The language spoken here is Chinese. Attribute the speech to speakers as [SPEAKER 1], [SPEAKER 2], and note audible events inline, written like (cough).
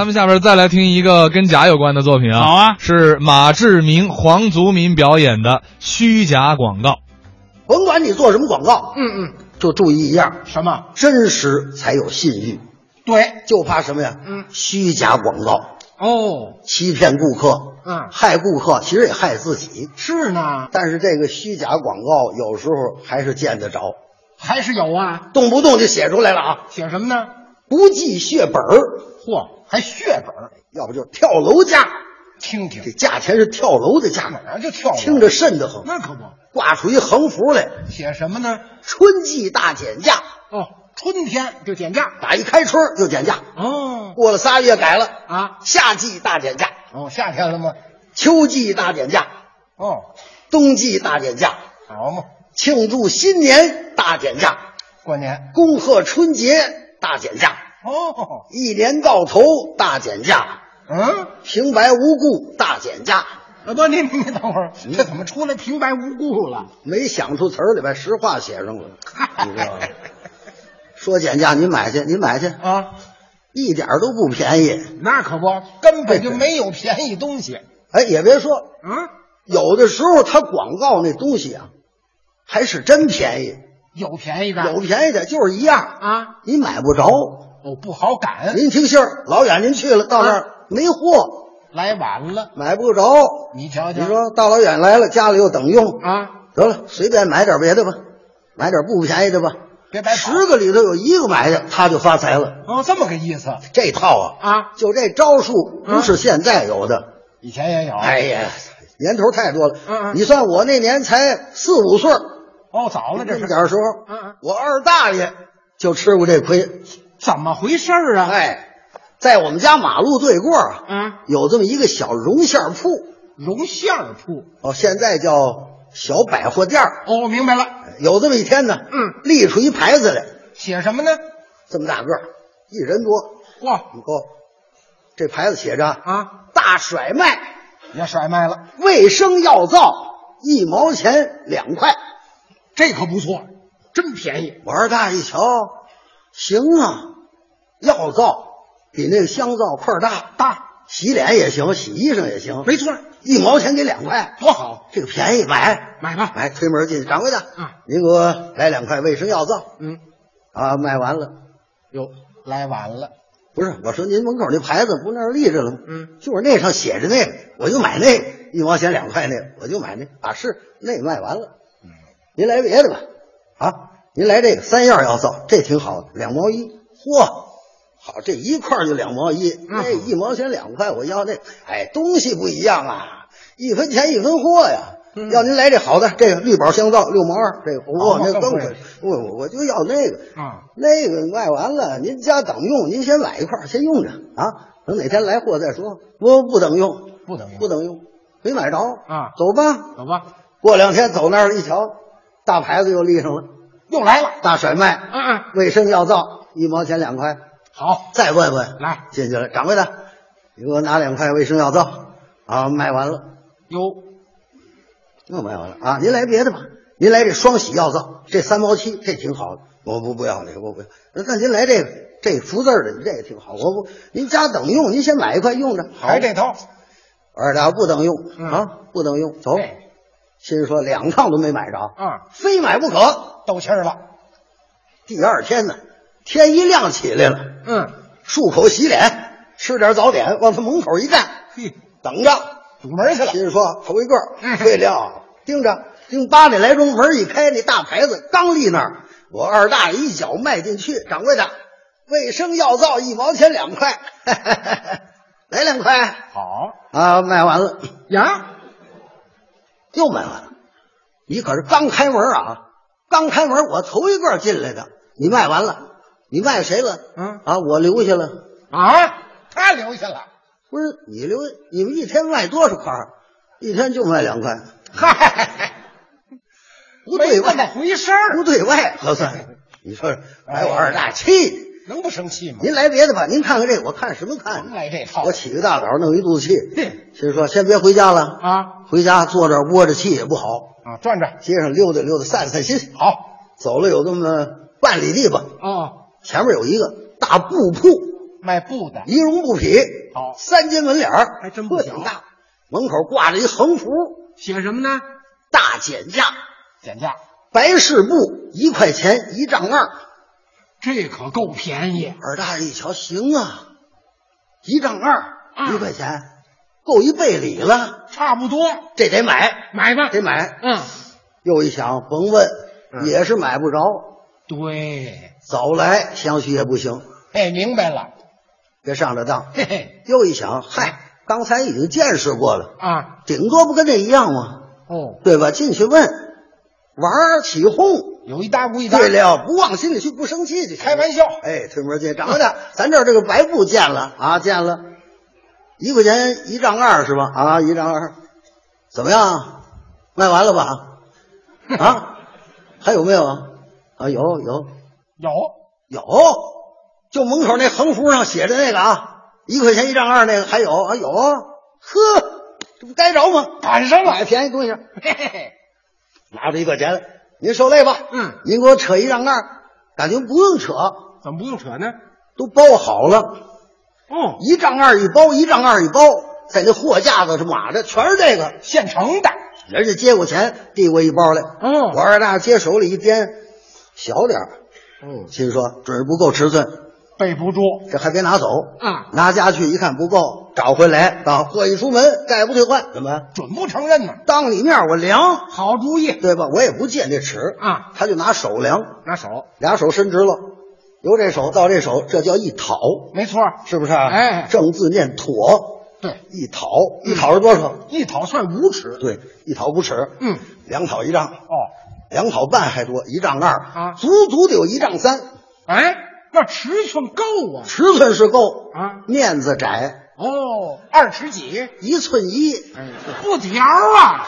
[SPEAKER 1] 咱们下边再来听一个跟假有关的作品啊，
[SPEAKER 2] 好啊
[SPEAKER 1] 是马志明、黄族民表演的虚假广告。
[SPEAKER 3] 甭管你做什么广告，
[SPEAKER 4] 嗯嗯，
[SPEAKER 3] 就注意一样，
[SPEAKER 4] 什么？
[SPEAKER 3] 真实才有信誉，
[SPEAKER 4] 对，
[SPEAKER 3] 就怕什么呀？
[SPEAKER 4] 嗯
[SPEAKER 3] 虚假广告，
[SPEAKER 4] 哦，
[SPEAKER 3] 欺骗顾客，
[SPEAKER 4] 嗯
[SPEAKER 3] 害顾客，其实也害自己。
[SPEAKER 4] 是呢，
[SPEAKER 3] 但是这个虚假广告有时候还是见得着，
[SPEAKER 4] 还是有啊。
[SPEAKER 3] 动不动就写出来了啊，
[SPEAKER 4] 写什么呢？
[SPEAKER 3] 不计血本儿，
[SPEAKER 4] 嚯，还血本儿，
[SPEAKER 3] 要不就跳楼价，
[SPEAKER 4] 听听
[SPEAKER 3] 这，价钱是跳楼的价
[SPEAKER 4] 哪
[SPEAKER 3] 格，
[SPEAKER 4] 儿就跳了？
[SPEAKER 3] 听着瘆得慌，
[SPEAKER 4] 那可不，
[SPEAKER 3] 挂出一横幅来，
[SPEAKER 4] 写什么呢？
[SPEAKER 3] 春季大减价，
[SPEAKER 4] 哦，春天就减价。
[SPEAKER 3] 打一开春儿就减价，
[SPEAKER 4] 哦
[SPEAKER 3] 过了仨月改了，
[SPEAKER 4] 啊，
[SPEAKER 3] 夏季大减价。
[SPEAKER 4] 哦，夏天了吗？
[SPEAKER 3] 秋季大减价，
[SPEAKER 4] 哦，
[SPEAKER 3] 冬季大减价，
[SPEAKER 4] 好嘛，
[SPEAKER 3] 庆祝新年大减价，
[SPEAKER 4] 过年。
[SPEAKER 3] 恭贺春节大减价，
[SPEAKER 4] 哦，
[SPEAKER 3] 一年到头大减价，
[SPEAKER 4] 嗯，
[SPEAKER 3] 平白无故大减价。
[SPEAKER 4] 啊不，你你等会儿，
[SPEAKER 3] 嗯
[SPEAKER 4] 这怎么出来平白无故了？？
[SPEAKER 3] 没想出词儿来，把实话写上了，你知道吗说减价，您买去，您买去，
[SPEAKER 4] 啊，
[SPEAKER 3] 一点儿都不便宜。
[SPEAKER 4] 那可不，根本就没有便宜东西。
[SPEAKER 3] 哎，也别说，
[SPEAKER 4] 啊，
[SPEAKER 3] 有的时候他广告那东西啊，还是真便宜，
[SPEAKER 4] 有便宜的，
[SPEAKER 3] 有便宜的，就是一样，
[SPEAKER 4] 啊，
[SPEAKER 3] 你买不着。
[SPEAKER 4] 哦，不好赶，
[SPEAKER 3] 您听信儿，老远您去了，到那
[SPEAKER 4] 啊
[SPEAKER 3] 儿没货，
[SPEAKER 4] 来晚了。
[SPEAKER 3] 买不着。
[SPEAKER 4] 你瞧瞧，
[SPEAKER 3] 你说大老远来了，家里又等用，
[SPEAKER 4] 啊，
[SPEAKER 3] 得了，随便买点别的吧，买点不便宜的吧。
[SPEAKER 4] 别白跑
[SPEAKER 3] 十个里头有一个买的，他就发财了。
[SPEAKER 4] 哦，这么个意思
[SPEAKER 3] 这套啊，
[SPEAKER 4] 啊？
[SPEAKER 3] 就这招数不是现在有的。
[SPEAKER 4] 以前也有。
[SPEAKER 3] 哎呀，年头太多了。
[SPEAKER 4] 哦嗯嗯
[SPEAKER 3] 你算我那年才四五岁，
[SPEAKER 4] 哦，早了这
[SPEAKER 3] 那
[SPEAKER 4] 是
[SPEAKER 3] 么点儿时候，
[SPEAKER 4] 嗯嗯
[SPEAKER 3] 我二大爷就吃过这亏。
[SPEAKER 4] 怎么回事儿啊？
[SPEAKER 3] 哎，在我们家马路对过啊，
[SPEAKER 4] 啊，
[SPEAKER 3] 有这么一个小绒线铺。
[SPEAKER 4] 绒线儿铺。
[SPEAKER 3] 哦，现在叫小百货店儿。
[SPEAKER 4] 哦，明白了，
[SPEAKER 3] 有这么一天呢，
[SPEAKER 4] 嗯，
[SPEAKER 3] 立出一牌子来，
[SPEAKER 4] 写什么呢？
[SPEAKER 3] 这么大个儿，一人多，
[SPEAKER 4] 哇
[SPEAKER 3] 你高。这牌子写着啊
[SPEAKER 4] 啊，
[SPEAKER 3] 大甩卖，
[SPEAKER 4] 也甩卖了，
[SPEAKER 3] 卫生药皂一毛钱两块。
[SPEAKER 4] 这可不错，真便宜。
[SPEAKER 3] 我二大一瞧，行啊，药皂比那个香皂块儿大，
[SPEAKER 4] 大，
[SPEAKER 3] 洗脸也行，洗衣裳也行，
[SPEAKER 4] 没错儿，
[SPEAKER 3] 一毛钱给两块，
[SPEAKER 4] 多好，
[SPEAKER 3] 这个便宜买。
[SPEAKER 4] 买吧。
[SPEAKER 3] 哎，推门进去，掌柜的，
[SPEAKER 4] 嗯
[SPEAKER 3] 您给我来两块卫生药皂
[SPEAKER 4] 嗯，
[SPEAKER 3] 啊，卖完了。
[SPEAKER 4] 哟，来晚了。
[SPEAKER 3] 不是，我说您门口那牌子不那儿立着了吗？
[SPEAKER 4] 嗯，
[SPEAKER 3] 就是那上写着那个，我就买那个，一毛钱两块那个，我就买那个啊，是那个卖完了。
[SPEAKER 4] 嗯
[SPEAKER 3] 您来别的吧，啊，您来这个三样药皂，这挺好的，两毛一。嚯，好，这一块儿就两毛一，那一毛钱两块，我要那，哎，东西不一样啊，一分钱一分货呀。
[SPEAKER 4] 嗯
[SPEAKER 3] 要您来这好的，这个绿宝香皂六毛二，这个不
[SPEAKER 4] 哦
[SPEAKER 3] 错，那
[SPEAKER 4] 更
[SPEAKER 3] 更
[SPEAKER 4] 贵
[SPEAKER 3] 贵
[SPEAKER 4] 了。
[SPEAKER 3] 我我我就要那个，
[SPEAKER 4] 啊，
[SPEAKER 3] 那个卖完了，您家等用，您先买一块儿，先用着啊，等哪天来货再说。不不等用，
[SPEAKER 4] 不等用
[SPEAKER 3] 不等用，没买着
[SPEAKER 4] 啊
[SPEAKER 3] 走吧。
[SPEAKER 4] 走吧，
[SPEAKER 3] 过两天走那儿一瞧，大牌子又立上了，
[SPEAKER 4] 又来了。
[SPEAKER 3] 大甩卖，
[SPEAKER 4] 嗯嗯，
[SPEAKER 3] 卫生药皂一毛钱两块。
[SPEAKER 4] 好，
[SPEAKER 3] 再问问，
[SPEAKER 4] 来
[SPEAKER 3] 进去了，掌柜的，你给我拿两块卫生药皂啊，卖完了，
[SPEAKER 4] 哟，
[SPEAKER 3] 又卖完了啊，您来别的吧。您来这双洗药皂，这三毛七，这挺好的。我不不要那个，我不要。那您来这个，这福字儿的，这个挺好。我不，您家等用，您先买一块用着。好，
[SPEAKER 4] 还这套。
[SPEAKER 3] 二大不等用、
[SPEAKER 4] 嗯
[SPEAKER 3] 啊，不等用，走。
[SPEAKER 4] 哎
[SPEAKER 3] 心说两趟都没买着，
[SPEAKER 4] 啊，
[SPEAKER 3] 非买不可。
[SPEAKER 4] 斗气儿了。
[SPEAKER 3] 第二天呢，天一亮起来了，
[SPEAKER 4] 嗯，
[SPEAKER 3] 漱口洗脸，吃点早点，往他门口一站，
[SPEAKER 4] 嘿，
[SPEAKER 3] 等着。
[SPEAKER 4] 堵门
[SPEAKER 3] (laughs)
[SPEAKER 4] 去了。
[SPEAKER 3] 心说头一个
[SPEAKER 4] 嗯，
[SPEAKER 3] 对了，盯着，盯八点来钟门一开，那大牌子刚立那儿，我二大爷一脚迈进去，掌柜的，卫生药皂一毛钱两块， (laughs) 来两块
[SPEAKER 4] 好
[SPEAKER 3] 啊，卖完了，
[SPEAKER 4] 呀，
[SPEAKER 3] 又卖完了。你可是刚开门啊，刚开门，我头一个进来的，你卖完了，你卖谁了？
[SPEAKER 4] 嗯
[SPEAKER 3] 啊，我留下了。
[SPEAKER 4] 啊，他留下了。
[SPEAKER 3] 不是你留，你们一天卖多少块儿？一天就卖两块，
[SPEAKER 4] 嗨，
[SPEAKER 3] 不
[SPEAKER 4] 没
[SPEAKER 3] 对
[SPEAKER 4] 这
[SPEAKER 3] 外
[SPEAKER 4] 么回事儿
[SPEAKER 3] 不，对外核算。你说哎，我二大气，
[SPEAKER 4] 能不生气吗？
[SPEAKER 3] 您来别的吧，您看看这，我看什么看
[SPEAKER 4] 甭
[SPEAKER 3] 呢？
[SPEAKER 4] 来这套
[SPEAKER 3] 我起个大早，弄一肚子气
[SPEAKER 4] 嘿，
[SPEAKER 3] 心说先别回家了，
[SPEAKER 4] 啊
[SPEAKER 3] 回家坐这儿窝着气也不好，
[SPEAKER 4] 啊！转转，
[SPEAKER 3] 街上溜达溜达散散心。
[SPEAKER 4] 好
[SPEAKER 3] 走了有这么半里地吧，
[SPEAKER 4] 哦，
[SPEAKER 3] 前面有一个大布铺，
[SPEAKER 4] 卖布的，
[SPEAKER 3] 仪容不匹，
[SPEAKER 4] 好
[SPEAKER 3] 三斤门脸儿，
[SPEAKER 4] 哦还真不小
[SPEAKER 3] 个挺大。门口挂着一横幅，
[SPEAKER 4] 写什么呢？
[SPEAKER 3] 大减价，
[SPEAKER 4] 减价，
[SPEAKER 3] 白事布一块钱一丈二。
[SPEAKER 4] 这可够便宜。
[SPEAKER 3] 二大爷一瞧，行啊，一丈二，
[SPEAKER 4] 嗯
[SPEAKER 3] 一块钱，够一背礼了，
[SPEAKER 4] 差不多，
[SPEAKER 3] 这得买，
[SPEAKER 4] 买吧。
[SPEAKER 3] 得买。
[SPEAKER 4] 嗯，
[SPEAKER 3] 又一想，甭问，
[SPEAKER 4] 嗯
[SPEAKER 3] 也是买不着，
[SPEAKER 4] 对，
[SPEAKER 3] 早来想许也不行，
[SPEAKER 4] 哎，明白了。
[SPEAKER 3] 别上这当。
[SPEAKER 4] 嘿嘿，
[SPEAKER 3] 又一想，嗨，刚才已经见识过了，
[SPEAKER 4] 啊，
[SPEAKER 3] 顶多不跟这一样吗？
[SPEAKER 4] 哦，
[SPEAKER 3] 对吧？进去问，玩儿起哄，
[SPEAKER 4] 有一搭无一搭。
[SPEAKER 3] 对了，不往心里去，不生气就行
[SPEAKER 4] 开玩笑
[SPEAKER 3] 哎，推门进，长的，咱这儿这个白布见了啊，见了，一块钱一丈二是吧？啊，一丈二，怎么样？卖完了吧？啊，还有没有啊？啊，有有
[SPEAKER 4] 有，
[SPEAKER 3] 有，就门口那横幅上写着那个啊，一块钱一丈二那个还有啊有啊，呵，这不该着吗？
[SPEAKER 4] 赶上
[SPEAKER 3] 买
[SPEAKER 4] 了。
[SPEAKER 3] 便宜东西，
[SPEAKER 4] 嘿嘿，
[SPEAKER 3] 拿着一块钱，您受累吧，
[SPEAKER 4] 嗯，
[SPEAKER 3] 您给我扯一丈二，感觉不用扯，
[SPEAKER 4] 怎么不用扯呢？
[SPEAKER 3] 都包好了。
[SPEAKER 4] 哦，
[SPEAKER 3] 一丈二一包，一丈二一包，在那货架子上码着，全是这个。
[SPEAKER 4] 现成的。
[SPEAKER 3] 人家接过钱，递过一包来，
[SPEAKER 4] 哦
[SPEAKER 3] 我二大接手里一掂，小点儿，
[SPEAKER 4] 嗯，
[SPEAKER 3] 心说准是不够尺寸，
[SPEAKER 4] 备不住。
[SPEAKER 3] 这还别拿走
[SPEAKER 4] 啊
[SPEAKER 3] 拿家去一看不够，找回来啊，货一出门，概不退换，怎么？
[SPEAKER 4] 准不承认呢。
[SPEAKER 3] 当你面我量，
[SPEAKER 4] 好主意，
[SPEAKER 3] 对吧？我也不借那尺
[SPEAKER 4] 啊，
[SPEAKER 3] 他就拿手量，
[SPEAKER 4] 拿手，
[SPEAKER 3] 俩手伸直了，由这手到这手，这叫一讨，
[SPEAKER 4] 没错儿，
[SPEAKER 3] 是不是啊？
[SPEAKER 4] 哎
[SPEAKER 3] 正字念妥，
[SPEAKER 4] 对，
[SPEAKER 3] 一讨，一讨是多少？
[SPEAKER 4] 一讨算五尺。
[SPEAKER 3] 对，一讨五尺，
[SPEAKER 4] 嗯，
[SPEAKER 3] 两讨一丈，
[SPEAKER 4] 哦，
[SPEAKER 3] 两讨半还多，一丈二
[SPEAKER 4] 啊
[SPEAKER 3] 足足得有一丈三，
[SPEAKER 4] 哎，那尺寸够啊。
[SPEAKER 3] 尺寸是够
[SPEAKER 4] 啊，
[SPEAKER 3] 面子窄，
[SPEAKER 4] 哦，二尺几？
[SPEAKER 3] 一寸一，
[SPEAKER 4] 哎，布条啊，